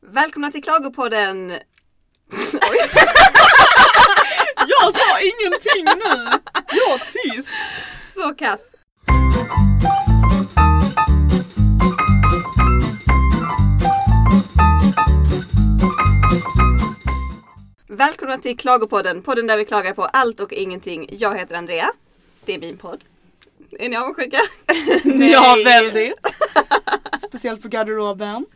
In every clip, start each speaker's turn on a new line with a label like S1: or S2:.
S1: Välkomna till Klagopodden!
S2: Jag sa ingenting nu! Jag var tyst!
S1: Så kass! Välkomna till Klagopodden, podden där vi klagar på allt och ingenting. Jag heter Andrea. Det är min podd. Är ni avundsjuka?
S2: Ja, väldigt. Speciellt på garderoben.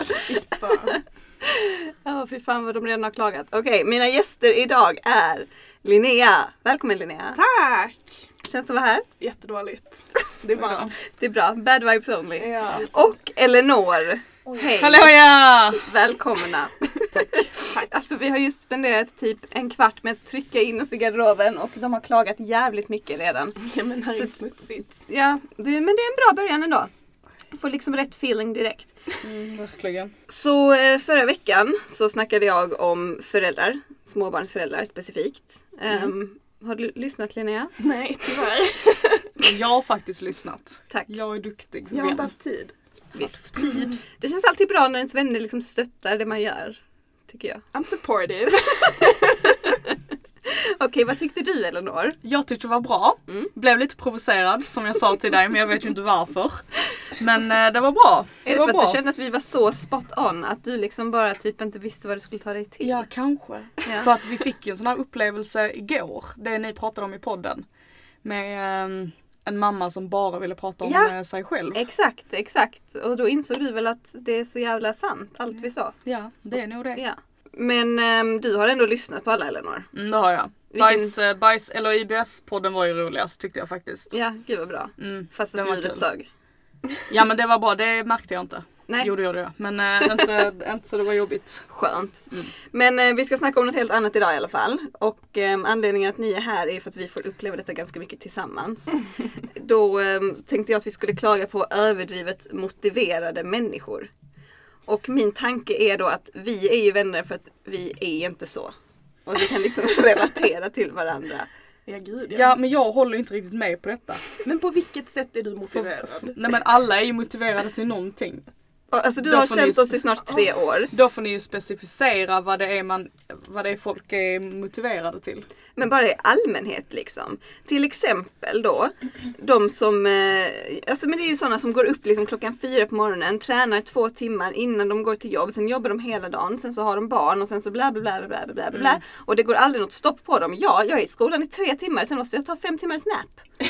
S1: Ja, fy fan vad de redan har klagat. Okej, mina gäster idag är Linnea. Välkommen Linnea!
S3: Tack!
S1: Känns det att vara här?
S3: Jättedåligt. Det är varmt.
S1: Det är bra. Bad vibes only.
S3: Ja.
S1: Och Eleanor. Hej!
S2: Hallåja!
S1: Välkomna! Alltså vi har ju spenderat typ en kvart med att trycka in oss i garderoben och de har klagat jävligt mycket redan.
S3: ja men här är
S1: Så-
S3: smutsigt.
S1: Ja, det, men det är en bra början ändå. Får liksom rätt feeling direkt.
S2: Mm, Verkligen.
S1: Så eh, förra veckan så snackade jag om föräldrar, småbarnsföräldrar specifikt.
S2: Mm.
S1: Ehm, har du lyssnat Linnea?
S3: Nej tyvärr.
S2: Jag har faktiskt lyssnat.
S1: Tack.
S2: Jag är duktig.
S3: Jag har inte haft tid.
S1: Visst. Det känns alltid bra när ens vänner liksom stöttar det man gör. Tycker jag.
S3: I'm supportive.
S1: Okej, vad tyckte du Eleanor?
S2: Jag tyckte det var bra.
S1: Mm.
S2: Blev lite provocerad som jag sa till dig men jag vet ju inte varför. Men eh, det var bra. Det
S1: Är det
S2: var
S1: för att
S2: bra.
S1: du kände att vi var så spot on? Att du liksom bara typ inte visste vad du skulle ta dig till?
S2: Ja kanske.
S1: Ja.
S2: För att vi fick ju en sån här upplevelse igår. Det ni pratade om i podden. Med eh, en mamma som bara ville prata om
S1: Ja.
S2: eh, sig själv.
S1: Exakt, exakt. Och då insåg du väl att det är så jävla sant, allt vi sa.
S2: Ja det är nog det.
S1: Ja. Men ehm, du har ändå lyssnat på alla Eleanor.
S2: Mm, det har jag.
S1: Vilken-
S2: Bajs, eh, bajs eller IBS-podden var ju roligast tyckte jag faktiskt.
S1: Ja, gud vad bra.
S2: Mm.
S1: Fast
S2: Den
S1: att
S2: var
S1: ljudet
S2: kul.
S1: sög.
S2: Ja men det var bra, det märkte jag inte.
S1: Nej,
S2: Jo det gjorde jag. Men eh, inte, inte så det var jobbigt.
S1: skönt.
S2: Mm.
S1: Men eh, vi ska snacka om något helt annat idag i alla fall. Och ehm, anledningen att ni är här är för att vi får uppleva detta ganska mycket tillsammans. Då ehm, tänkte jag att vi skulle klaga på överdrivet motiverade människor. Och min tanke är då att vi är ju vänner för att vi är inte så. Och vi kan liksom relatera till varandra.
S3: Ja gud ja.
S2: Ja men jag håller inte riktigt med på detta.
S3: Men på vilket sätt är du
S2: För,
S3: motiverad?
S2: nej men alla är ju motiverade till någonting.
S1: Och, Alltså du
S2: Då
S1: har
S2: får ni
S1: känt
S2: sp-
S1: oss i snart tre år.
S2: Då får ni ju specificera vad det är, man, vad det är folk är motiverade till.
S1: Men bara i allmänhet liksom. Till exempel då de som, eh, alltså men det är ju sådana som går upp liksom klockan fyra på morgonen, tränar två timmar innan de går till jobb, sen jobbar de hela dagen, sen så har de barn och sen så bla bla bla bla bla bla bla. bla. Och det går aldrig något stopp på dem. Ja, jag är i skolan i tre timmar, sen måste jag ta fem timmars nap.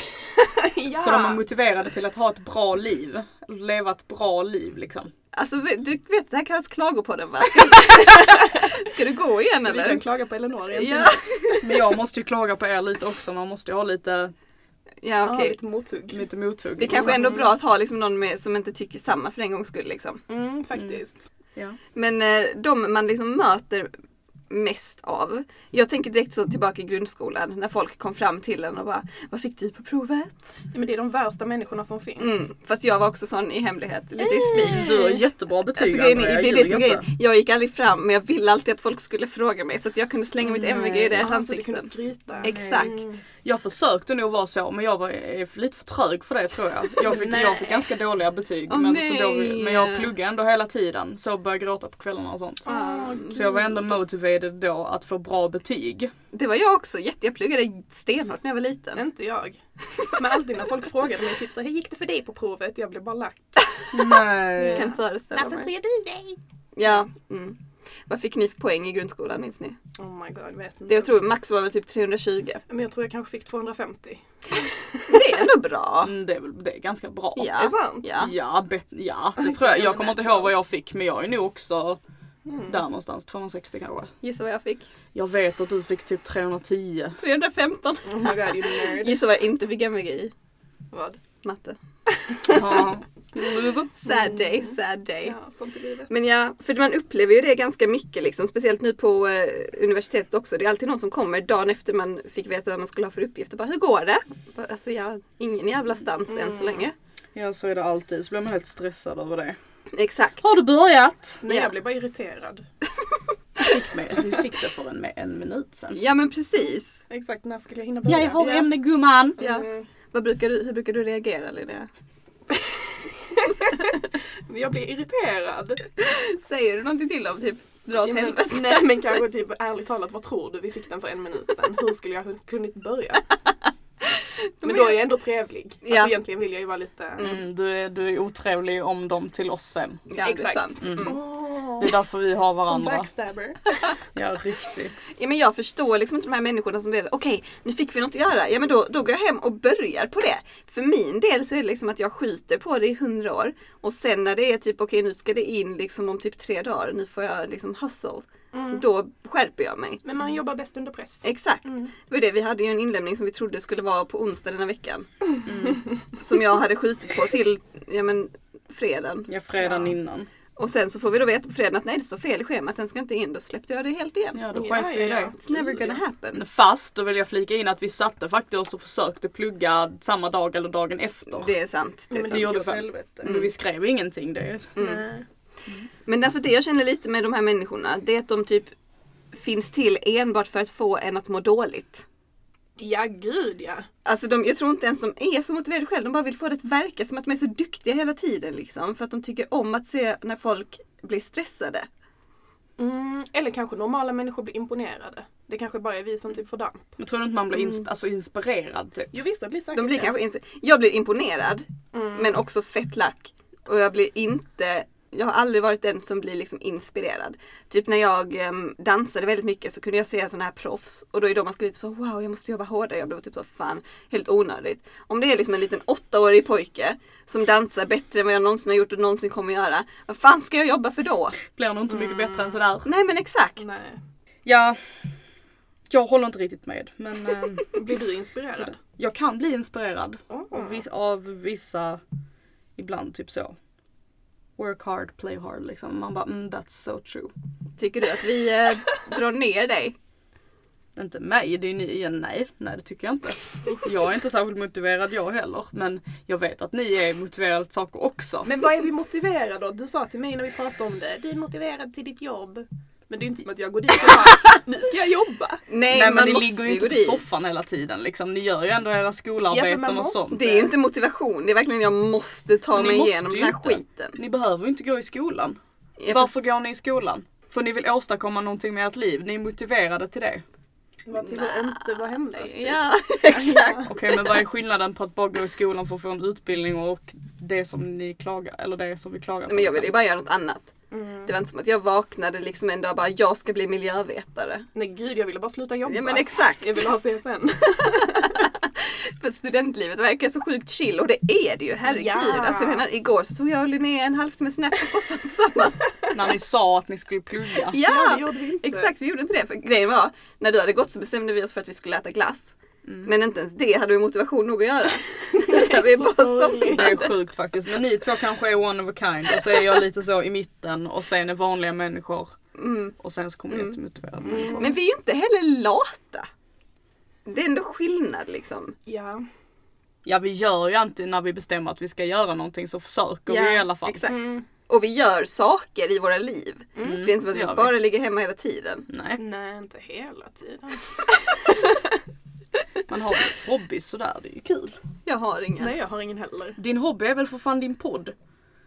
S3: ja.
S2: Så de är motiverade till att ha ett bra liv. Leva ett bra liv liksom.
S1: Alltså vet- du vet, det här kallas klagopodden va? Ska du, ska du gå igen
S3: Vi kan
S1: eller?
S3: klaga på Eleanor egentligen.
S1: Ja,
S3: Ja.
S2: Men jag måste ju klaga på er lite också, man måste ju ha lite,
S1: ja okej.
S3: lite mothugg.
S2: lite mothugg.
S1: Det är kanske ändå är bra att ha liksom någon med, som inte tycker samma för en gångs skull liksom.
S3: Mm, faktiskt.
S2: Ja.
S1: Men eh, de man liksom möter mest av. Jag tänker direkt så tillbaka i grundskolan när folk kom fram till en och bara Vad fick du på provet?
S3: Ja, men det är de värsta människorna som finns.
S1: Mm. Fast jag var också sån i hemlighet, lite i smyg.
S2: Du har jättebra betyg
S1: Alltså, grejen, är-
S2: Andrea,
S1: det är det
S2: ljug
S1: som är
S2: inte.
S1: grejen. Jag gick aldrig fram men jag ville alltid att folk skulle fråga mig så att jag kunde slänga mitt
S2: Nej.
S1: MVG i deras
S3: Alltså, du
S1: ansikten.
S3: kunde skryta.
S1: Exakt.
S2: Jag försökte nog vara så men jag var eh, lite för trög för det tror jag. Jag fick, jag fick ganska dåliga betyg
S1: Åh,
S2: men, så då,
S1: nej.
S2: men jag pluggade ändå hela tiden. Så började gråta på kvällarna och sånt.
S3: Ah,
S2: Så jag var ändå motivated då att få bra betyg.
S1: Det var jag också, jätte, jag pluggade stenhårt när jag var liten.
S3: Inte jag. Men alltid när folk frågade mig typ så här, hur gick det för dig på provet? Jag blev bara lack.
S2: Nej.
S1: Kan föreställa mig.
S3: bryr du dig?
S1: Ja. Mm. Vad fick ni för poäng i grundskolan minns ni?
S3: Oh my god, jag vet inte.
S1: Det jag tror
S3: ens.
S1: max var väl typ 320.
S3: Men jag tror jag kanske fick 250.
S1: Det är ändå bra.
S2: Mm, det, är väl, det är ganska bra.
S1: Ja.
S3: Är det sant?
S1: Ja.
S2: Ja, bet, ja, det tror jag. Jag kommer inte ihåg vad jag fick men jag är nog också
S3: Mm.
S2: där någonstans, 260 kanske.
S1: Gissa vad jag fick?
S2: Jag vet att du fick typ 310.
S1: 315.
S3: Oh my god, you nerd.
S1: Gissa vad jag inte fick MVG i?
S3: Vad?
S1: Matte.
S2: Ja. Loser.
S1: Sad day, sad day.
S3: Mm. Ja, sånt i livet.
S1: Men ja, för man upplever ju det ganska mycket liksom. Speciellt nu på eh, universitetet också. Det är alltid någon som kommer dagen efter man fick veta vad man skulle ha för uppgift och bara hur går det? Bara, Alltså ja, ingen jävla stans än
S3: Mm.
S1: så länge.
S2: Ja så är det alltid, så blir man helt stressad över det.
S1: Exakt.
S2: Har du börjat?
S3: Nej,
S1: Ja.
S3: jag blev bara irriterad.
S2: Du fick det för en, en minut sen.
S1: Ja men precis.
S3: Exakt, när skulle jag hinna börja?
S2: Jag har
S1: Ja.
S2: ämne gumman!
S1: Ja.
S3: Mm.
S1: Vad brukar du, hur brukar du reagera Linnea?
S3: Men jag blir irriterad.
S1: Säger du någonting till dem? Typ dra åt
S3: Ja, men,
S1: helvete.
S3: nej men kanske typ ärligt talat, vad tror du? Vi fick den för en minut sedan. Hur skulle jag ha kunnat börja? Men då är jag ändå trevlig. Alltså
S1: Ja.
S3: egentligen vill jag ju vara lite...
S2: Mm, du, är, du är otrevlig om dem till oss sen.
S1: Ja, det är sant.
S2: Mm.
S3: Åh,
S2: Det är därför vi har
S3: som
S2: varandra.
S3: backstabber.
S2: Ja, riktigt.
S1: Ja, men jag förstår liksom inte de här människorna som blir okej nu fick vi något att göra. Ja men då, då går jag hem och börjar på det. För min del så är det liksom att jag skjuter på det i hundra år. Och sen när det är typ okej nu ska det in liksom om typ tre dagar. Nu får jag liksom hustle.
S3: Mm.
S1: Då skärper jag mig.
S3: Men man jobbar bäst under press.
S1: Exakt.
S3: Mm.
S1: Det var det, vi hade ju en inlämning som vi trodde skulle vara på onsdag den här veckan.
S3: Mm.
S1: Som jag hade skjutit på till ja, men, fredagen.
S2: Ja, fredagen innan.
S1: Och sen så får vi då veta på fredagen att nej det står fel i schemat, den ska inte in. Då släppte jag det helt igen.
S2: Ja, då
S3: Ja,
S2: sket vi i
S3: ja,
S2: det.
S3: ja.
S1: It's never gonna happen.
S2: Fast, då vill jag flika in att vi satte faktiskt oss och försökte plugga samma dag eller dagen efter.
S1: Det är sant. Det är Mm.
S3: Men
S1: sant.
S3: det
S2: gjorde
S3: gick åt
S2: fan.
S3: helvete.
S2: Men vi skrev ingenting. Det. är-
S3: Nej.
S1: Men alltså det jag känner lite med de här människorna, det är att de typ finns till enbart för att få en att må dåligt.
S3: Ja gud ja.
S1: Alltså de, jag tror inte ens de är så motiverade själv, de bara vill få det att verka som att de är så duktiga hela tiden liksom. För att de tycker om att se när folk blir stressade.
S3: Mm, eller kanske normala människor blir imponerade. Det kanske bara är vi som typ får damp.
S2: Men tror du inte man blir insp- alltså, inspirerad? Typ?
S3: Jo vissa blir säkert
S1: De blir
S3: det.
S1: kanske inte, jag blir imponerad
S3: Mm.
S1: men också fett lack. Och jag blir inte, jag har aldrig varit den som blir liksom inspirerad. Typ när jag em, dansade väldigt mycket så kunde jag se sådana här proffs och då är de man skulle typ så wow jag måste jobba hårdare. Jag blev typ så fan helt onödigt. Om det är liksom en liten åttaårig pojke som dansar bättre än vad jag någonsin har gjort och någonsin kommer göra. Vad fan ska jag jobba för då?
S2: Blir nog inte mycket bättre än sådär.
S1: Nej men exakt.
S3: Nej.
S2: Ja, jag håller inte riktigt med. Men eh,
S3: Blir du inspirerad?
S2: jag kan bli inspirerad
S3: Åh.
S2: av, vis- av vissa, ibland typ så. Work hard, play hard liksom. Man bara mm, that's so true.
S1: Tycker du att vi eh, drar ner dig?
S2: Inte mig, det är ju ni igen. Nej, nej det tycker jag inte. Jag är inte särskilt motiverad jag heller. Men jag vet att ni är motiverade till saker också.
S3: Men vad är vi motiverade då? Du sa till mig när vi pratade om det, du är motiverad till ditt jobb. Men det är ju inte som att jag går dit och bara, nu ska jag jobba.
S1: Nej,
S2: Nej men
S1: man
S2: ni
S1: måste
S2: ligger ju
S1: ju
S2: inte
S1: gå
S2: på
S1: dit.
S2: soffan hela tiden liksom. Ni gör ju ändå era
S3: Ja,
S2: skolarbeten
S3: för man
S2: och
S3: måste.
S2: sånt.
S1: Det är ju inte motivation, det är verkligen jag måste ta
S2: Ni
S1: mig
S2: måste
S1: igenom
S2: ju
S1: den här
S2: inte.
S1: skiten.
S2: Ni behöver ju inte gå i skolan.
S1: Ja,
S2: Varför
S1: fast-
S2: går ni i skolan? För ni vill åstadkomma någonting med ert liv. Ni är motiverade till det.
S3: Vad till att inte vara hemlös. typ.
S1: Ja, exakt.
S2: Okej men vad är skillnaden på att bara gå i skolan för att få en utbildning och det som ni klagar, eller det som vi klagar på?
S1: Men jag ville ju
S2: liksom?
S1: bara göra något annat.
S3: Mm.
S1: Det var inte som att jag vaknade liksom en dag och bara jag ska bli miljövetare.
S3: Nej gud, jag ville bara sluta jobba.
S1: Ja men exakt.
S3: jag ville ha CSN.
S1: För studentlivet verkar så sjukt chill och det är det ju, herregud.
S3: Ja.
S1: Alltså jag menar igår så tog jag och Linnea en halvtimme snäpp på soffan tillsammans.
S2: När ni sa att ni skulle plugga.
S3: Ja, det
S1: Ja!
S3: gjorde vi inte.
S1: Exakt, vi gjorde inte det. För grejen var, när du hade gått så bestämde vi oss för att vi skulle äta glass. Men inte ens det hade vi motivation nog att göra. vi
S3: Mm. så
S1: bara
S3: sorgligt.
S2: Det
S1: somnade.
S2: är sjukt faktiskt. Men ni två kanske är one of a kind och så är jag lite så i mitten och sen är vanliga människor
S1: Mm.
S2: och sen så kommer ni inte motiverade människor.
S1: Men vi är ju inte heller lata. Det är ändå skillnad liksom.
S3: Ja.
S2: Ja vi gör ju alltid när vi bestämmer att vi ska göra någonting så försöker vi i alla fall.
S1: Exakt.
S3: Mm.
S1: Och vi gör saker i våra liv. Det är inte som att
S2: Mm. det
S1: vi
S2: gör vi.
S1: bara ligger hemma hela tiden.
S2: Nej.
S3: Nej, inte hela tiden.
S2: Man har ju hobbies sådär, det är ju kul.
S1: Jag har inga.
S3: Nej, jag har ingen heller.
S2: Din hobby är väl för fan din podd?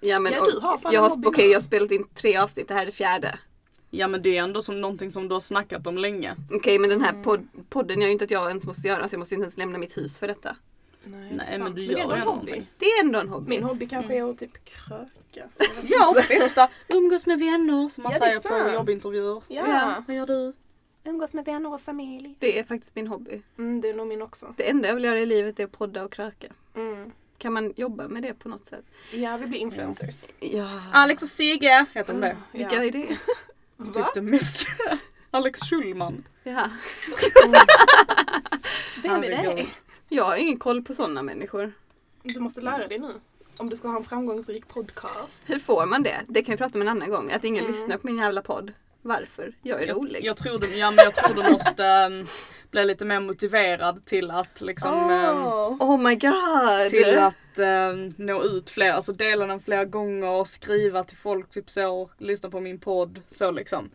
S1: Ja, men,
S3: Ja,
S1: och-
S3: du har fan
S1: jag,
S3: en
S1: har,
S3: hobby
S1: okej,
S3: nu.
S1: jag har spelat in tre avsnitt, det här är det fjärde.
S2: Ja men det är ändå som någonting som du har snackat om länge.
S1: Okej men den här
S3: Mm.
S1: pod, podden gör ju inte att jag ens måste göra så jag måste inte ens lämna mitt hus för detta.
S3: Nej,
S2: men
S3: sant.
S2: du
S3: det är
S2: gör
S3: ändå en
S2: ju
S3: hobby.
S2: någonting.
S1: Det är ändå en hobby.
S3: Min hobby kanske
S1: Mm.
S3: är att typ kröka.
S2: Ja och festa, umgås med vänner som man
S3: Ja, det är
S2: säger på
S3: sant.
S2: jobbintervjuer.
S1: Ja.
S3: Ja.
S2: Vad gör du?
S3: Umgås med vänner och familj.
S1: Det är faktiskt min hobby.
S3: Mm, det är nog min också.
S1: Det enda jag vill göra i livet är att podda och kröka.
S3: Mm.
S1: Kan man jobba med det på något sätt?
S3: Ja, vi blir influencers.
S1: Ja.
S2: Alex och Sigge heter de det.
S1: Vilka är det?
S2: Typ det mest. Alex Schulman.
S1: Ja. typ-
S3: Vem är
S2: Herregud.
S3: det?
S1: Jag har ingen koll på sådana människor.
S3: Du måste lära dig nu. Om du ska ha en framgångsrik podcast.
S1: Hur får man det? Det kan vi prata om en annan gång. Att ingen
S3: Mm.
S1: lyssnar på min jävla podd. Varför? Jag är
S2: Jag,
S1: rolig.
S2: jag, tror du, ja, men jag tror du måste ehm, bli lite mer motiverad till att liksom ehm,
S1: Oh my god!
S2: till att ehm, nå ut fler, alltså dela den flera gånger, skriva till folk typ så, lyssna på min podd, så liksom.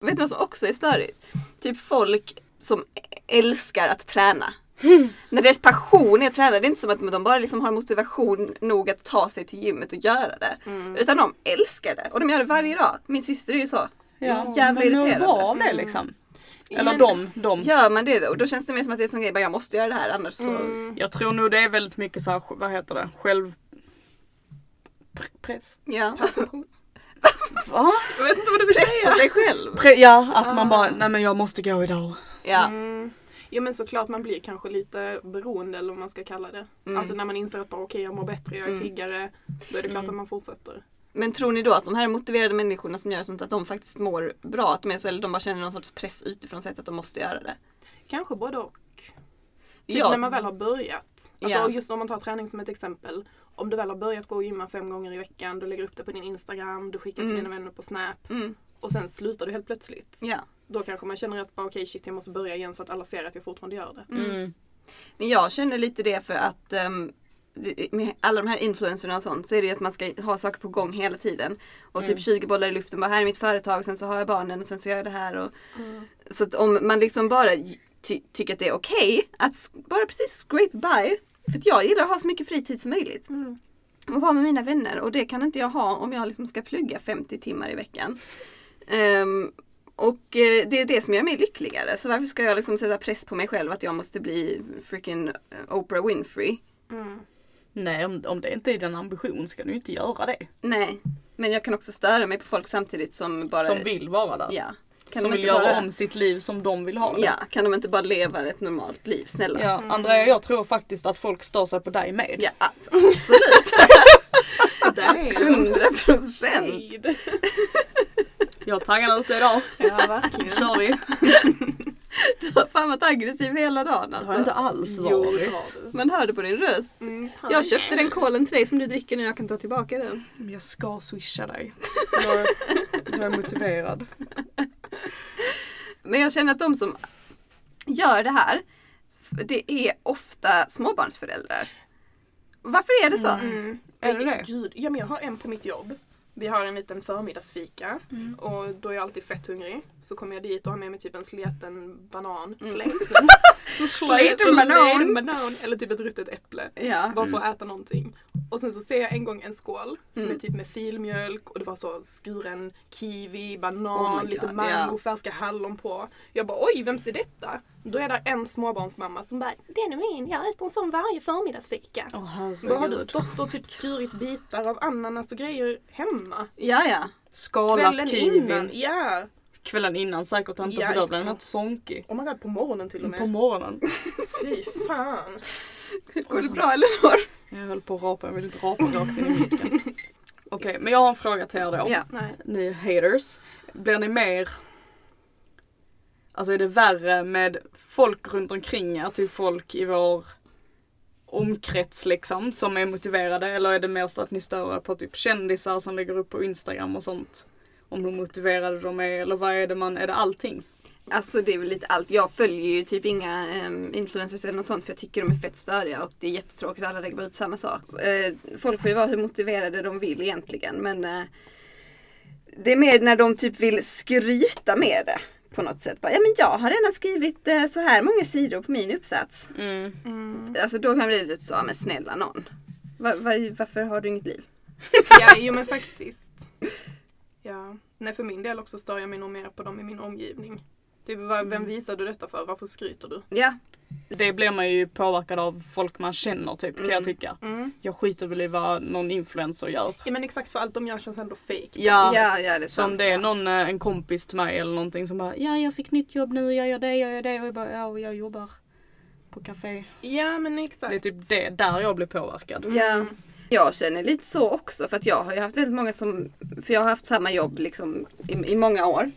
S1: Vet du vad som också är störigt? Typ folk som älskar att träna.
S3: Hmm.
S1: När deras passion är att träna, det är inte som att de bara liksom har motivation nog att ta sig till gymmet och göra det.
S3: Mm.
S1: Utan de älskar det och de gör det varje dag. Min syster är ju så. Det är så jävla
S2: men
S1: irriterande.
S2: mår bra av det liksom. Eller
S3: Men-
S2: de,
S3: Mm.
S2: de.
S1: Gör man det då? Och då känns det mer som att det är en sån grej, bara jag måste göra det här annars så...
S3: Mm.
S2: Jag tror nog det är väldigt mycket så här, vad heter det, själv... Pre- Press?
S1: Ja.
S2: Va?
S3: Jag vet inte vad du vill
S1: Press på
S3: säga.
S1: sig själv.
S2: Pre- ja, att man bara, nej men jag måste gå idag.
S1: Ja.
S3: Mm. Jo men såklart man blir kanske lite beroende eller vad man ska kalla det.
S1: Mm.
S3: Alltså när man inser att bara okej jag mår bättre, jag är piggare. Då är det
S1: Mm.
S3: klart att man fortsätter.
S1: Men tror ni då att de här motiverade människorna som gör sånt att de faktiskt mår bra? Att de, är så, eller de bara känner någon sorts press utifrån sig att de måste göra det?
S3: Kanske både och. Typ
S1: Ja.
S3: när man väl har börjat. Alltså
S1: Ja.
S3: just om man tar träning som ett exempel. Om du väl har börjat gå och gymma fem gånger i veckan, du lägger upp det på din Instagram, du skickar till dina vänner på Snap.
S1: Mm.
S3: Och sen slutar du helt plötsligt.
S1: Ja.
S3: Då kanske man känner att bara okej shit jag måste börja igen så att alla ser att jag fortfarande gör det.
S2: Mm.
S1: Men jag känner lite det för att ehm, det- med alla de här influencerna och sånt så är det ju att man ska ha saker på gång hela tiden. Och
S3: Mm.
S1: typ 20 bollar i luften. Bara här är mitt företag, sen så har jag barnen och sen så gör jag det här. Och,
S3: Mm.
S1: Så att om man liksom bara ty- tycker att det är okej att sk- bara precis scrape by. För att jag gillar att ha så mycket fritid som möjligt.
S3: Mm.
S1: Och vara med mina vänner och det kan inte jag ha om jag liksom ska plugga 50 timmar i veckan. Ehm, och eh, det är det som gör mig lyckligare. Så varför ska jag liksom sätta press på mig själv att jag måste bli freaking eh, Oprah Winfrey?
S3: Mm.
S2: Nej, om, om det inte är din ambition ska du ju inte göra det.
S1: Nej, men jag kan också störa mig på folk samtidigt som bara...
S2: Som vill vara där.
S1: Ja. Kan
S2: som
S1: de
S2: vill
S1: inte
S2: göra
S1: bara,
S2: om sitt liv som de vill ha det.
S1: Ja, kan de inte bara leva ett normalt liv? Snälla.
S2: Ja, Andrea jag tror faktiskt att folk stör sig på dig med.
S1: Ja, a- absolut!
S3: Damn!
S1: 100 procent!
S3: Shade.
S2: Jag taggar ut dig idag.
S3: Ja verkligen.
S2: Kör vi.
S1: Du har fan varit aggressiv hela dagen
S2: Det har
S1: alltså.
S2: inte alls
S3: Jo, det
S2: varit.
S3: har du.
S1: Man hör det på din röst.
S3: Mm,
S1: Jag köpte den kolen till dig som du dricker nu, jag kan ta tillbaka den.
S2: Men Jag ska swisha dig. Jag, jag är motiverad.
S1: Men jag känner att de som gör det här, det är ofta småbarnsföräldrar. Varför är det så?
S3: Mm.
S2: Är det det?
S3: Gud, ja, men jag har en på mitt jobb. Vi har en liten förmiddagsfika
S1: Mm.
S3: och då är jag alltid fett hungrig. Så kommer jag dit och har med mig typ en sleten banan. Sleten.
S1: Sleten Mm. banan. Mm.
S3: Sleten banan. Eller typ ett rustet äpple.
S1: Ja.
S3: Bara för att äta någonting. Och sen så ser jag en gång en skål som
S1: Mm.
S3: är typ med filmjölk och det var så skuren kiwi, banan,
S1: Oh my
S3: lite
S1: God,
S3: mango,
S1: ja.
S3: färska hallon på. Jag bara oj, vems är detta? Då är där en småbarnsmamma som bara den är min, jag äter en sån varje förmiddagsfika.
S2: Åh
S3: Vad har du
S2: herregud.
S3: stått och typ skurit bitar av ananas och grejer hemma?
S1: Ja, ja.
S2: Skalat
S3: Kvällen innan?
S2: kiwin.
S3: Ja!
S2: Kvällen innan säkert inte
S3: Ja.
S2: för då blir den helt sonkig.
S3: Oh my god, på morgonen till och
S2: På
S3: med.
S2: morgonen.
S3: Fy fan.
S1: Går det bra Elinor?
S2: Jag höll på att rapa, jag vill inte rapa rakt in i micken. Okej, men jag har en fråga till er då.
S1: Ja.
S3: Nej.
S2: Ni haters. Blir ni mer... Alltså är det värre med folk runt omkring er? Typ folk i vår omkrets liksom som är motiverade eller är det mer så att ni stör er på typ kändisar som lägger upp på Instagram och sånt? Om hur motiverade de är eller vad är det man, är det allting?
S1: Alltså det är väl lite allt. Jag följer ju typ inga ehm, influencers eller något sånt för jag tycker de är fett störiga och det är jättetråkigt att alla lägger bara ut samma sak. Eh, folk får ju vara hur motiverade de vill egentligen men eh, det är mer när de typ vill skryta med det på något sätt. Bara, ja men jag har redan skrivit eh, så här många sidor på min uppsats.
S2: Mm.
S1: Alltså då kan det bli lite så, "Ja, men snälla någon. Va, va, varför har du inget liv?
S3: Ja, jo men faktiskt. Ja. Nej, för min del också stör jag mig nog mer på dem i min omgivning. Typ, vad-
S2: Mm.
S3: vem visar du detta för? Varför skryter du?
S1: Ja,
S2: Det blir man ju påverkad av folk man känner typ kan jag tycka.
S3: Mm.
S2: Jag skiter väl i vad någon influencer gör.
S3: Ja men exakt, för allt de gör känns ändå fake.
S2: Ja,
S1: ja, ja det är
S2: Så om
S1: sant.
S2: det är någon, eh, en kompis till mig eller någonting som bara ja jag fick nytt jobb nu, jag gör det, jag gör det och jag bara ja och jag jobbar på café.
S3: Ja men exakt.
S2: Det är typ det, där jag blir påverkad.
S1: Ja. Jag känner lite så också för att jag har ju haft väldigt många som, för jag har haft samma jobb liksom i, i många år.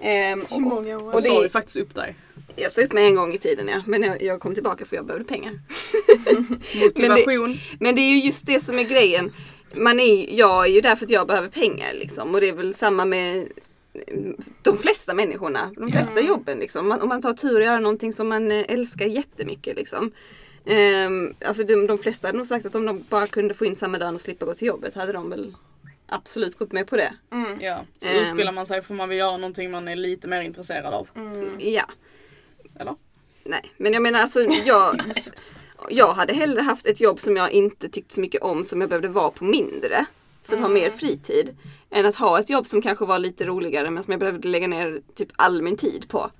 S1: Ehm,
S3: I
S1: och,
S3: många år.
S2: Och
S1: Och det-
S2: sa ju faktiskt upp dig.
S1: jag sa upp mig en gång i tiden ja, men jag, jag kom tillbaka för jag behövde pengar.
S2: Motivation.
S1: Men det är ju just det som är grejen. Man är, jag är ju där för att jag behöver pengar liksom och det är väl samma med mm, de flesta människorna, de flesta jobben liksom. Man, om man tar tur och gör någonting som man eh, älskar jättemycket liksom. Ehm, alltså de, de flesta hade nog sagt att om de bara kunde få in samma lön och slippa gå till jobbet hade de väl absolut gått med på det.
S2: Ja. Så
S1: Ehm. Mm.
S2: utbildar man sig får man vill göra någonting man är lite mer intresserad av.
S1: Ja.
S2: Eller?
S1: Nej, men jag menar alltså jag, jag hade hellre haft ett jobb som jag inte tyckt så mycket om som jag behövde vara på mindre. För att ha mer fritid. Än att ha ett jobb som kanske var lite roligare men som jag behövde lägga ner typ all min tid på.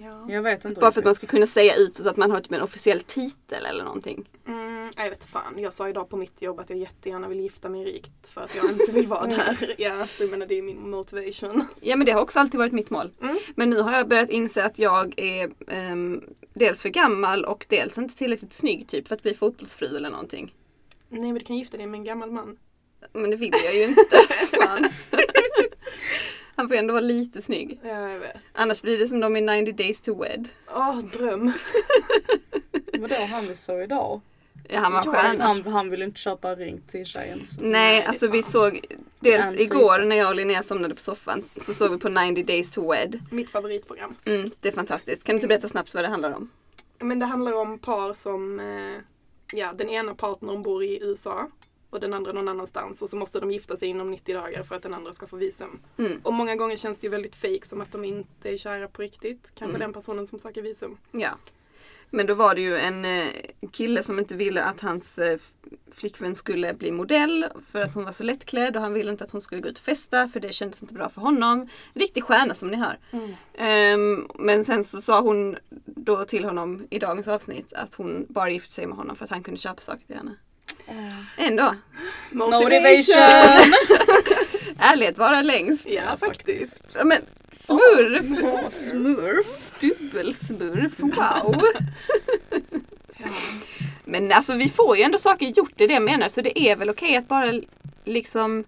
S3: Ja.
S2: Jag vet inte
S1: Bara för att man
S2: riktigt.
S1: ska kunna säga ut så att man har typ en officiell titel eller någonting.
S3: Mm, nej, jag vet fan, jag sa idag på mitt jobb att jag jättegärna vill gifta mig rikt för att jag inte vill vara där. Ja, så jag menar det är min motivation.
S1: Ja men det har också alltid varit mitt mål.
S3: Mm.
S1: Men nu har jag börjat inse att jag är ehm, dels för gammal och dels inte tillräckligt snygg typ för att bli fotbollsfru eller någonting.
S3: Nej men du kan gifta dig med en gammal man.
S1: Men det vill jag ju inte. Fan. Han får ändå vara lite snygg.
S3: Ja, jag vet.
S1: Annars blir det som de i 90 days to wed.
S3: Åh, dröm.
S2: Vadå han vi såg idag?
S1: Ja, han var
S3: Jo,
S1: skön.
S3: alltså,
S2: Han, han vill inte köpa ring till tjejen. Så.
S1: Nej,
S3: det är
S1: alltså vi
S3: sant.
S1: såg dels
S2: Ann
S1: igår
S2: Fraser.
S1: när jag och Linnea somnade på soffan så såg vi på 90 days to wed.
S3: Mitt favoritprogram.
S1: Mm, det är fantastiskt. Kan du inte berätta snabbt vad det handlar om?
S3: Men det handlar om par som, eh, ja den ena partnern bor i USA och den andra någon annanstans och så måste de gifta sig inom 90 dagar för att den andra ska få visum.
S1: Mm.
S3: Och många gånger känns det ju väldigt fake som att de inte är kära på riktigt. Kanske den personen som söker visum.
S1: Ja. Men då var det ju en eh, kille som inte ville att hans eh, f- flickvän skulle bli modell för att hon var så lättklädd och han ville inte att hon skulle gå ut och festa för det kändes inte bra för honom. Riktig stjärna som ni hör. Ehm, men sen så sa hon då till honom i dagens avsnitt att hon bara gifte sig med honom för att han kunde köpa saker till henne. Ändå!
S2: Motivation!
S1: Ärlighet vara längst.
S3: Ja, faktiskt.
S1: Ja, Men smurf!
S2: Smurf.
S1: Dubbelsmurf, wow!
S3: Ja.
S1: Men alltså vi får ju ändå saker gjort, det är det jag menar. Så det är väl okej att bara liksom,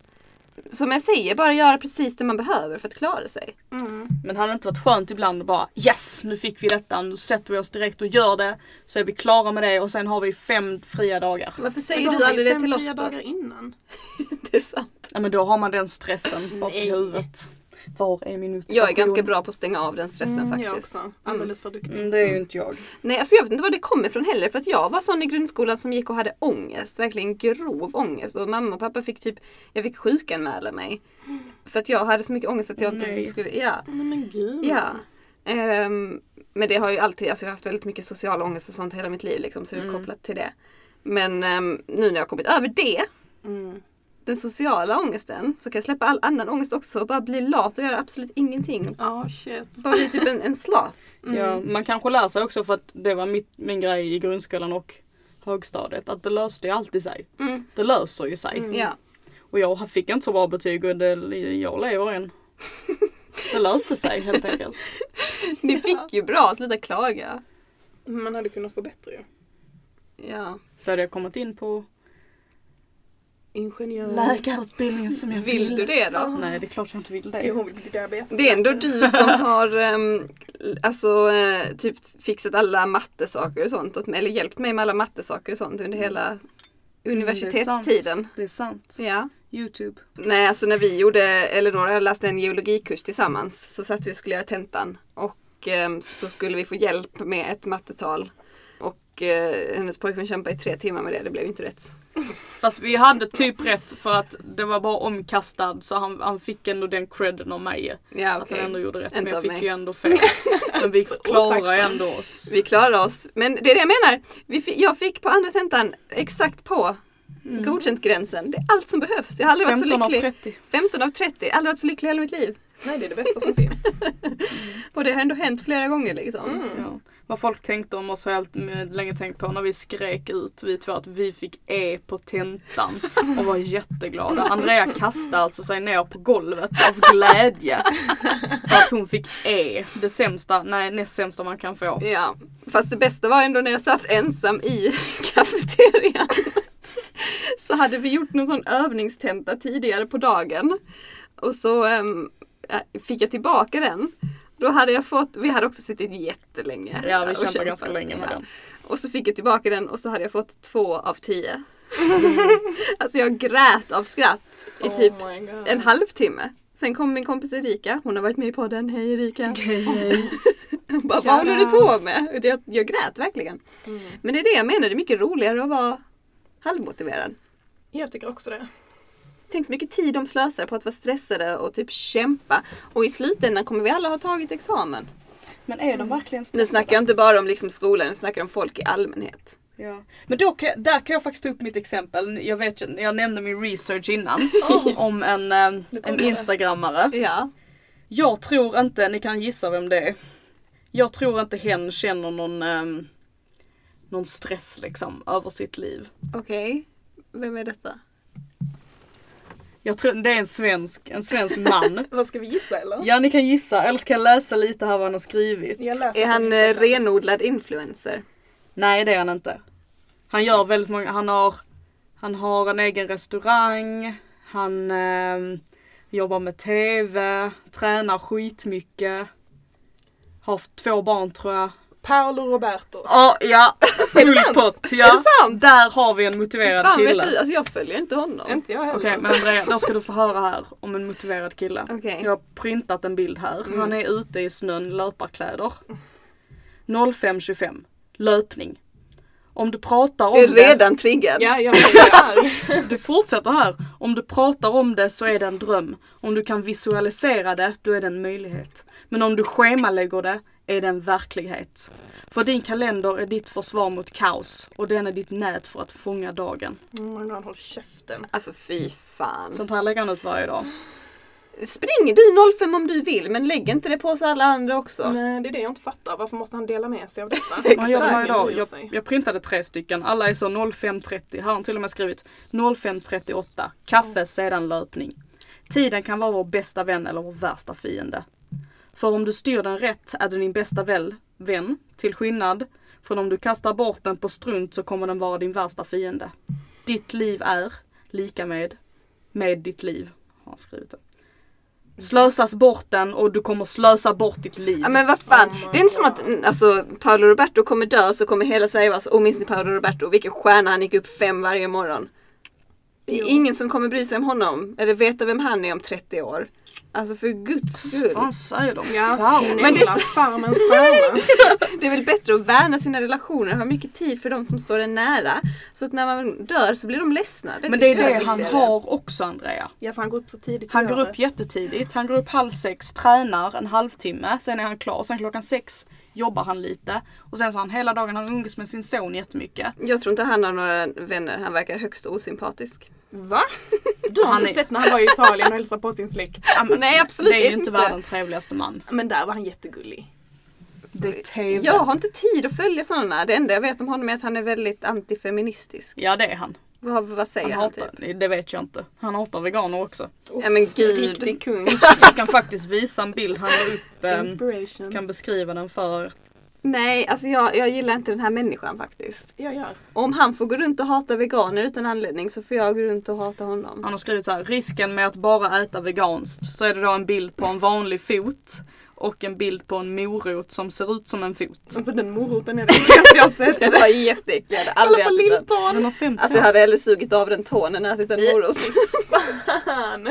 S1: som jag säger, bara göra precis det man behöver för att klara sig.
S3: Mm.
S2: Men hade det inte varit skönt ibland att bara yes nu fick vi detta nu sätter vi oss direkt och gör det. Så är vi klara med det och sen har vi fem fria dagar.
S1: Varför
S3: Men
S1: säger
S3: då
S1: du
S3: har man ju
S1: aldrig det
S3: fem
S1: till oss
S3: fria
S1: då?
S3: dagar innan.
S1: Det är sant.
S2: Ja men då har man den stressen bak
S3: Nej.
S2: i huvudet. Var är min motivation?
S1: Jag är ganska bra på att stänga av den stressen
S3: Jag
S1: faktiskt.
S3: också. Alldeles för duktig.
S2: Mm, det är ju inte jag.
S1: Nej, alltså jag vet inte var det kommer ifrån heller. För att jag var sån i grundskolan som gick och hade ångest. Verkligen grov ångest. Och mamma och pappa fick typ, jag fick sjukanmäla mig. För att jag hade så mycket ångest att jag inte
S2: Nej.
S1: skulle, ja.
S3: Men, men gud.
S1: Ja. Ehm, men det har ju alltid, alltså jag har haft väldigt mycket social ångest och sånt hela mitt liv liksom så det är kopplat till det. Men ehm, nu när jag har kommit över det,
S3: Mm.
S1: den sociala ångesten, så kan jag släppa all annan ångest också och bara bli lat och göra absolut ingenting.
S3: Ja, shit.
S1: Bara bli typ en, en sloth.
S2: Ja, man kanske lär sig också för att det var mitt, min grej i grundskolan och högstadiet. Att det löste ju alltid sig.
S1: Mm.
S2: Det löser ju sig.
S1: Ja.
S2: Och jag fick inte så bra betyg och det, jag lever än. Det löste sig helt enkelt.
S1: Ni fick ju bra, sluta klaga.
S3: Man hade kunnat få bättre ju.
S1: Ja.
S2: Då hade jag kommit in på
S3: Ingenjör.
S2: läkarutbildningen som jag
S1: Vill du det då?
S2: Nej det är klart jag inte vill
S3: Jo,
S2: det.
S3: hon vill bli diabetes.
S1: Det är ändå du som har ehm, alltså, eh, typ fixat alla mattesaker och sånt. åt mig, Eller hjälpt mig med alla mattesaker och sånt
S2: Mm.
S1: under hela universitetstiden.
S2: Det är sant.
S1: Ja.
S2: Youtube.
S1: Nej, alltså när vi gjorde, eller några läste en geologikurs tillsammans så satt vi och skulle göra tentan. Och ehm, så skulle vi få hjälp med ett mattetal. Och eh, hennes pojkvän kämpade i tre timmar med det, det blev inte rätt.
S2: Fast vi hade typ rätt för att det var bara omkastad så han, han fick ändå den credden av mig.
S1: Ja,
S2: Att han
S1: okej.
S2: ändå gjorde rätt.
S1: Inte
S2: men jag
S1: av
S2: fick
S1: mig.
S2: ju ändå fel. Men vi klarade
S3: otacksam.
S2: ändå oss.
S1: Vi klarade oss. Men det är det jag menar. Vi fi- jag fick på andra tentan exakt på godkänt gränsen. Det är allt som behövs. Jag har aldrig varit så
S2: 15 Mm. av
S1: lycklig.
S2: 30.
S1: 15 av 30. Aldrig varit så lycklig i hela mitt liv.
S3: Nej, det är det bästa som finns.
S1: Och det har ändå hänt flera gånger liksom.
S2: Ja. Mm. Vad folk tänkte om oss har jag alltid länge tänkt på när vi skrek ut vi två att vi fick E på tentan och var jätteglada. Andrea kastade alltså sig ner på golvet av glädje för att hon fick E. Det sämsta, nej näst sämsta man kan få.
S1: Ja, fast det bästa var ändå när jag satt ensam i kafeterian. Så hade vi gjort någon sån övningstenta tidigare på dagen. Och så ehm, äh, fick jag tillbaka den. Då hade jag fått, vi hade också suttit jättelänge.
S2: Ja vi
S1: och
S2: kämpade
S1: kämpat.
S2: ganska länge med
S1: Ja.
S2: den.
S1: Och så fick jag tillbaka den och så hade jag fått två av tio. alltså jag grät av skratt i typ
S3: oh my God.
S1: en halvtimme. Sen kom min kompis Erika, hon har varit med i podden, hej Erika. Hon bara, vad håller du på med? Jag, jag grät verkligen.
S3: Mm.
S1: Men det är det jag menar, det är mycket roligare att vara halvmotiverad.
S3: Jag tycker också det.
S1: Tänk så mycket tid de slösar på att vara stressade och typ kämpa. Och i slutändan kommer vi alla ha tagit examen.
S2: Men är de verkligen stressade?
S1: Nu snackar jag inte bara om liksom skolan, nu snackar jag om folk i allmänhet.
S2: Ja. Men då kan, jag- där kan jag faktiskt ta upp mitt exempel. Jag, vet, ju- jag nämnde min research innan om en, eh,
S3: Nu kommer
S2: en
S3: det.
S2: instagrammare.
S1: Ja.
S2: Jag tror inte, ni kan gissa vem det är. Jag tror inte hen känner någon, ehm, någon stress liksom över sitt liv.
S1: Okej. Vem är detta?
S2: Jag tror det är en svensk, en svensk man.
S3: Vad ska vi gissa eller?
S2: Ja ni kan gissa, eller ska jag läsa lite här vad han har skrivit?
S3: Jag läser
S1: Är
S3: så
S1: han
S3: vi
S1: eh,
S3: gissar sen.
S1: renodlad influencer?
S2: Nej det är han inte. Han gör väldigt många, han har, han har en egen restaurang, han ehm, jobbar med TV, tränar skitmycket. Har haft två barn tror jag.
S3: Paolo Roberto.
S2: Ja, ja. Full
S3: sant?
S2: pott. Ja.
S3: Är det sant?
S2: Där har vi en motiverad
S1: Fan vet
S2: kille.
S1: du, alltså jag följer inte honom.
S3: Inte jag heller.
S2: Okej men Andrea, då ska du få höra här om en motiverad kille.
S1: Okej.
S2: Jag har printat en bild här. Han är ute i snön, löparkläder. 05.25. Löpning. Om du pratar om
S1: Jag är redan triggad.
S3: Ja, jag vet vad det är.
S2: det, det fortsätter här. Om du pratar om det så är det en dröm. Om du kan visualisera det, då är det en möjlighet. Men om du schemalägger det, är det en verklighet. För din kalender är ditt försvar mot kaos och den är ditt nät för att fånga dagen.
S3: Oh my god, håll käften.
S1: Alltså fy fan.
S2: Sånt här lägger han ut varje dag.
S1: Spring du 05 om du vill men lägg inte det på oss alla andra också.
S3: Nej, det är det jag inte fattar. Varför måste han dela med sig av detta?
S2: Man gör det varje
S3: Ingen
S2: dag.
S3: bryr
S2: Jag,
S3: sig.
S2: jag printade tre stycken. Alla är så 05.30. Här har han till och med skrivit 05.38. Kaffe, sedan löpning. Tiden kan vara vår bästa vän eller vår värsta fiende. För om du styr den rätt är du din bästa väl, vän. Till skillnad från om du kastar bort den på strunt så kommer den vara din värsta fiende. Ditt liv är lika med med ditt liv. Har han skrivit det. Slösas bort den och du kommer slösa bort ditt liv.
S1: Ja men vad fan,
S3: Oh my
S1: det är inte som att mm, alltså, Paolo Roberto kommer dö så kommer hela Sverige vara så, oh minns ni Paolo Roberto, vilken stjärna han gick upp fem varje morgon. Det är
S3: Jo.
S1: ingen som kommer bry sig om honom, eller veta vem han är om 30 år. Alltså för guds skull.
S2: Vad fan säger de?
S3: Ja,
S2: Fan.
S3: snälla
S1: Men
S3: men
S1: det
S3: det
S1: är så-
S3: farmens stjärna.
S1: Det är väl bättre att värna sina relationer, ha mycket tid för de som står en nära. Så att när man dör så blir de ledsna.
S2: Men det är
S1: tycker jag
S2: det han
S1: viktigare.
S2: har också Andrea.
S3: Ja, för han går upp så tidigt.
S2: Han
S3: och
S2: går
S3: gör
S2: upp
S3: det.
S2: jättetidigt. Han går upp halv sex, tränar en halvtimme, sen är han klar. Sen klockan sex jobbar han lite. Och sen så har han hela dagen, han umgås med sin son jättemycket.
S1: Jag tror inte han har några vänner, han verkar högst osympatisk.
S3: Va? Du har
S2: Han
S3: inte
S2: är-
S3: sett när han var i Italien och hälsade på sin släkt.
S1: Nej absolut
S2: det är ju inte
S1: inte.
S2: världens trevligaste man.
S3: Men där var han jättegullig.
S2: Det är TV.
S1: Jag har inte tid att följa sådana. Det enda jag vet om honom är att han är väldigt antifeministisk.
S2: Ja det är han.
S1: Vad, vad säger
S2: han
S1: han,
S2: hatar,
S1: typ?
S2: Det vet jag inte. Han hatar veganer också.
S1: Ja men gud.
S3: Riktig kung.
S2: Jag kan faktiskt visa en bild han la upp. ehm,
S3: Inspiration.
S2: Kan beskriva den för er.
S1: Nej, alltså jag, jag gillar inte den här människan faktiskt.
S3: Jag gör.
S1: Om han får gå runt och hata veganer utan anledning så får jag gå runt och hata honom.
S2: Han har skrivit så här, risken med att bara äta veganskt så är det då en bild på en vanlig fot och en bild på en morot som ser ut som en fot.
S3: Alltså den moroten är det bästa jag har sett.
S1: Det var jätteäckligt, jag hade aldrig
S3: Kolla på
S1: ätit den.
S2: Den
S3: lilltån!
S2: har 50
S1: Alltså jag hade hellre sugit av den tån än ätit en morot.
S3: Fan.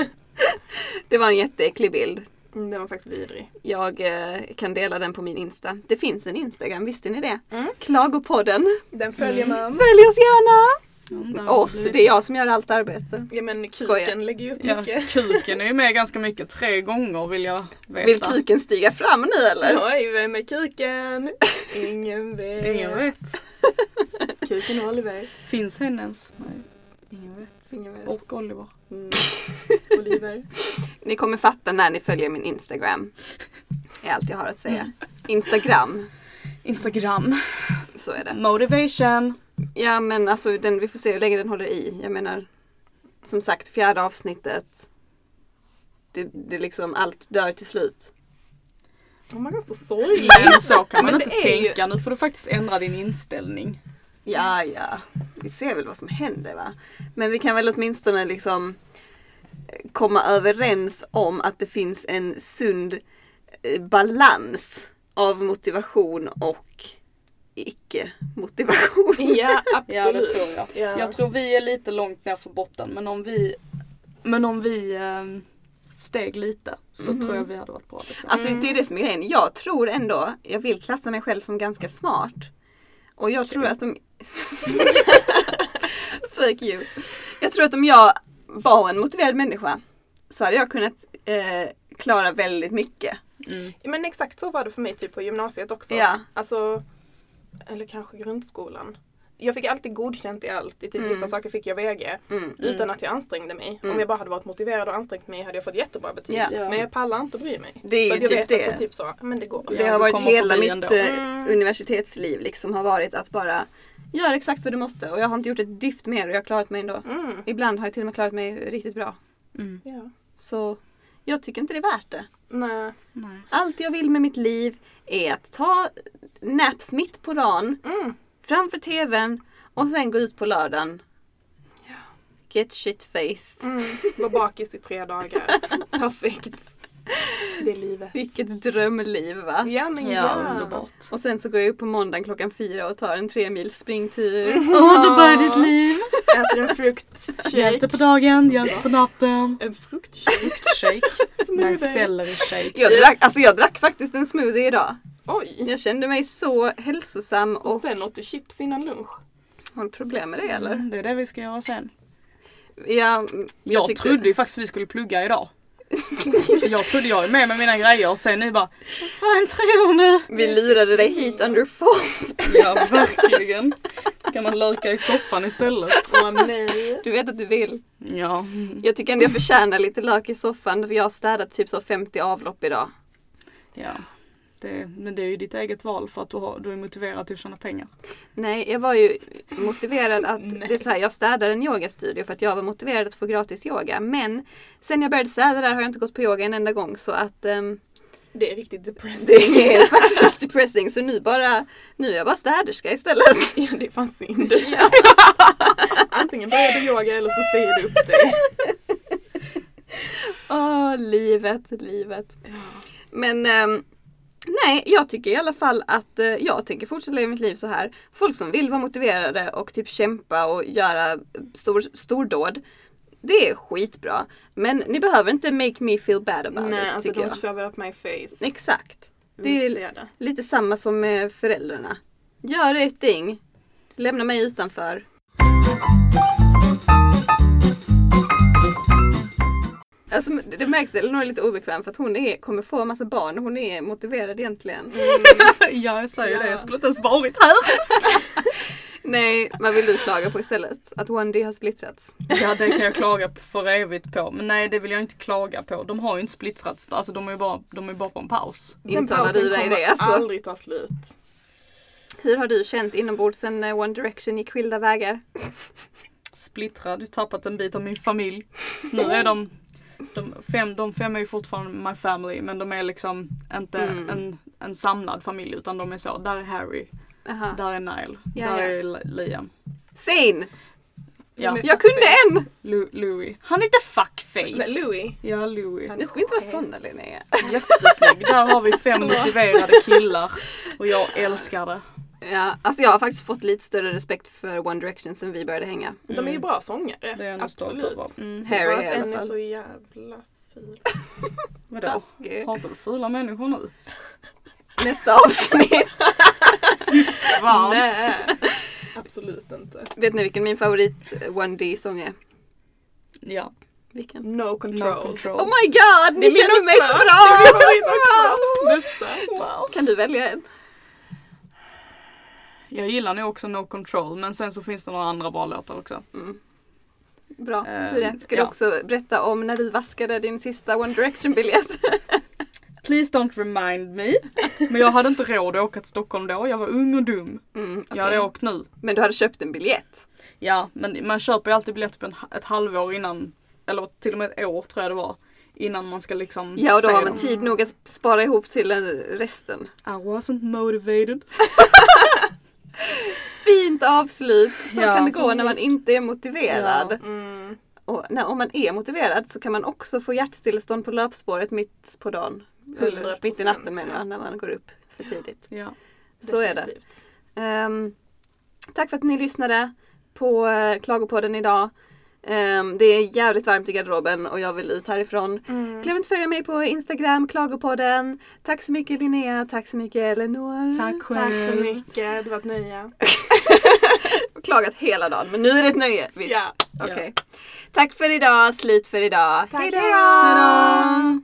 S1: Det var en jätteäcklig bild.
S3: Mm, Den var faktiskt vidrig.
S1: Jag eh, kan dela den på min Insta. Det finns en Instagram, visste ni det? Klagopodden.
S3: Den följer man.
S1: Följ oss gärna!
S2: Den där har
S1: Oss,
S2: blivit-
S1: det är jag som gör allt arbete.
S3: Ja men
S1: Skojar.
S3: kuken lägger ju upp
S2: Ja,
S3: mycket.
S2: kuken är ju med ganska mycket, tre gånger vill jag veta.
S1: Vill kuken stiga fram nu eller?
S3: Oj, vem är kuken? Ingen vet.
S2: Ingen vet.
S3: Kuken Oliver.
S2: Finns hen ens? Nej. Ingen vet.
S3: Ingen vet.
S2: Och Oliver.
S3: Mm. Oliver.
S1: Ni kommer fatta när ni följer min Instagram. Det är allt jag har att säga. Instagram,
S2: Instagram.
S1: så är det.
S2: Motivation.
S1: Ja men alltså den, vi får se hur länge den håller i. Jag menar som sagt fjärde avsnittet. Det, det är liksom allt dör till slut.
S3: Oh my god, så sorglig.
S2: Men så kan man
S3: Men det
S2: inte
S3: är ju-
S2: tänka. Nu får du faktiskt ändra din inställning.
S1: Ja ja, vi ser väl vad som händer va. Men vi kan väl åtminstone liksom eh, komma överens om att det finns en sund eh, balans av motivation och icke motivation.
S3: Ja, absolut.
S2: Ja det tror jag.
S3: Ja.
S2: Jag tror vi är lite långt ner för botten men om vi, men om vi ehm, steg lite så tror jag vi hade varit bra. Liksom.
S1: Alltså det är det som är grejen. Jag tror ändå, jag vill klassa mig själv som ganska smart. Och jag tror att om... Fuck you. Jag tror att om jag var en motiverad människa så hade jag kunnat eh, klara väldigt mycket.
S2: Mm.
S3: Men exakt så var det för mig typ på gymnasiet också.
S1: Ja.
S3: Alltså, eller kanske grundskolan. Jag fick alltid godkänt i allt. I typ vissa saker fick jag VG.
S1: Mm.
S3: Utan att jag ansträngde mig. Om jag bara hade varit motiverad och ansträngt mig hade jag fått jättebra betyg.
S1: Ja.
S2: Ja.
S3: Men jag pallar inte bry mig.
S1: Det är
S3: För
S1: ju
S3: att jag
S1: typ
S3: vet
S1: det.
S3: att det typ så, men det går.
S1: Det
S2: Ja,
S1: har
S2: du
S1: varit
S2: kommer
S1: hela
S2: förbi
S1: mitt
S2: ändå.
S1: eh, universitetsliv liksom har varit att bara göra exakt vad du måste och jag har inte gjort ett dyft mer och jag har klarat mig ändå.
S3: Mm.
S1: Ibland har jag till och med klarat mig riktigt bra.
S2: Mm.
S3: Ja.
S1: Så jag tycker inte det är värt det.
S3: Nej.
S2: Nej.
S1: Allt jag vill med mitt liv är att ta naps mitt på dagen
S3: Mm.
S1: framför tvn och sen gå ut på lördagen.
S3: Ja.
S1: Get shit faced.
S3: Mm. Var bakis i tre dagar. Perfekt. Det är livet.
S1: Vilket drömliv va?
S3: Ja men ja.
S2: Ja, underbart.
S1: Och sen så går jag upp på måndagen klockan fyra och tar en tre mil springtur.
S2: Åh, då börjar ditt liv!
S3: Äter en
S2: Hjälte på
S3: fruktshake.
S2: dagen, hjälte på natten.
S3: En fruktshake.
S2: Shake. Nej,
S3: Smoothie.
S2: sellerishake.
S1: Jag drack, alltså jag drack faktiskt en smoothie idag.
S3: Oj.
S1: Jag kände mig så hälsosam och,
S3: Och sen åt du chips innan lunch.
S1: har du problem med det eller?
S2: Mm, Det är det vi ska göra sen.
S1: Ja,
S2: Jag,
S1: tyckte-
S2: trodde ju faktiskt vi skulle plugga idag. jag trodde jag är med med mina grejer och sen ni bara Vad fan tror ni?
S1: Vi lurade dig hit under false.
S2: Ja verkligen. Ska man löka i soffan istället?
S3: Åh nej.
S1: Du vet att du vill.
S2: Ja.
S1: Jag tycker ändå jag förtjänar lite lök i soffan för jag har städat typ så 50 avlopp idag.
S2: ja. Det, men det är ju ditt eget val för att du, har, du är motiverad till att tjäna pengar.
S1: Nej, jag var ju motiverad att, det är så här, jag städade en yogastudio för att jag var motiverad att få gratis yoga. Men sen jag började städa där har jag inte gått på yoga en enda gång så att ehm,
S3: Det är riktigt depressing.
S1: det är faktiskt depressing. Så nu bara, nu är jag bara städerska istället.
S3: Ja, det är fan synd. Antingen börjar du yoga eller så säger du upp dig.
S1: Åh, livet, livet. Men ehm, nej, jag tycker i alla fall att eh, jag tänker fortsätta leva mitt liv så här. Folk som vill vara motiverade och typ kämpa och göra stor, stordåd. Det är skitbra. Men ni behöver inte make me feel bad about
S3: Nej,
S1: it,
S3: alltså Mm.
S1: tycker jag.
S3: don't shove it up my face.
S1: Exakt.
S3: Jag
S1: Det
S3: vill inte
S1: är
S3: se det.
S1: lite samma som med föräldrarna. Gör ert thing. Lämna mig utanför. Alltså, det det märks, Elinor är lite obekväm för att hon är, kommer få en massa barn. Hon är motiverad egentligen.
S2: jag säger
S3: det, jag
S2: skulle inte ens varit här.
S1: Nej, vad vill du klaga på istället? Att One Day har splittrats.
S2: Ja det kan jag klaga på för evigt på. Men nej det vill jag inte klaga på. De har ju inte splittrats. Alltså de är ju bara, de är bara på en paus.
S1: Intalar du dig det alltså?
S3: aldrig ta slut.
S1: Hur har du känt inombords sen eh, One Direction gick skilda vägar?
S2: splittrad, tappat en bit av min familj. Nu är de, de fem, de fem är ju fortfarande my family men de är liksom inte
S1: Mm.
S2: en, en samlad familj utan de är så, där är Harry,
S1: Aha.
S2: där är Nile,
S1: Ja,
S2: där
S1: ja.
S2: är Li- Liam.
S1: Zane!
S2: Ja,
S3: Men-
S1: Jag kunde en!
S2: Lu- Louis. Han är inte
S3: Men
S2: fuckface!
S3: Louis.
S2: Ja, Louis.
S1: Nu ska vi inte vara sådana Linnea.
S2: Jättesnygg. Där har vi fem motiverade killar och jag älskar det.
S1: Ja, alltså jag har faktiskt fått lite större respekt för One Direction sen vi började hänga.
S3: De är ju bra sångare.
S2: Det är jag nog stolt
S3: Absolut.
S2: över. Mm.
S1: Harry
S3: Bara
S1: mm. i
S3: att
S1: alla
S3: en är
S1: fall.
S3: så jävla ful.
S2: Vadå?
S1: Taskig.
S2: Hatar du fula människor nu?
S1: Nästa avsnitt.
S2: Fan.
S3: Nej. Absolut inte.
S1: Vet ni vilken min favorit eh, One D-sång är?
S2: Ja,
S1: Vilken?
S3: No control.
S2: no control.
S1: Oh my god,
S3: Det är
S1: ni
S3: min
S1: känner mig
S3: också.
S1: så
S3: Det är min
S1: bra!
S3: favorit också. Nästa.
S2: Wow.
S1: Kan du välja en?
S2: Jag gillar nog också No Control men sen så finns det några andra bra låtar också.
S1: Mm. Bra,
S2: Eh,
S1: tur det. Ska du
S2: ja.
S1: också berätta om när du vaskade din sista One Direction-biljett?
S2: Please don't remind me. Men jag hade inte råd att åka till Stockholm då, jag var ung och dum.
S1: Mm, okej.
S2: Jag hade åkt nu.
S1: Men du hade köpt en biljett?
S2: Ja, men man köper ju alltid biljetter på en, ett halvår innan, eller till och med ett år tror jag det var. Innan man ska liksom
S3: Mm,
S1: Ja, och då
S2: se
S1: har
S2: dem.
S1: man tid nog att spara ihop till eh, resten.
S2: I wasn't motivated.
S1: Fint avslut! Så
S2: Ja.
S1: kan det gå när man inte är motiverad.
S2: Ja.
S3: Mm.
S1: Och när, om man är motiverad så kan man också få hjärtstillestånd på löpspåret mitt på dagen. Eller
S3: 100%,
S1: mitt i natten menar
S3: ja.
S1: jag, när man går upp för tidigt.
S2: Ja.
S1: Så är det.
S3: Definitivt.
S1: Ehm, tack för att ni lyssnade på uh, Klagopodden idag. Ehm, det är jävligt varmt i garderoben och jag vill ut härifrån.
S3: Mm.
S1: Glöm inte att följa mig på Instagram, Klagopodden. Tack så mycket Linnea, tack så mycket Eleanor.
S2: Tack
S3: Tack
S2: själv.
S3: så mycket, det var ett nöje.
S1: Jag har klagat hela dagen men nu är det ett nöje. Visst?
S3: Ja.
S1: Okej. Tack för idag, slut för idag.
S3: Tack,
S1: Hejdå!
S3: hejdå!
S2: Hejdå!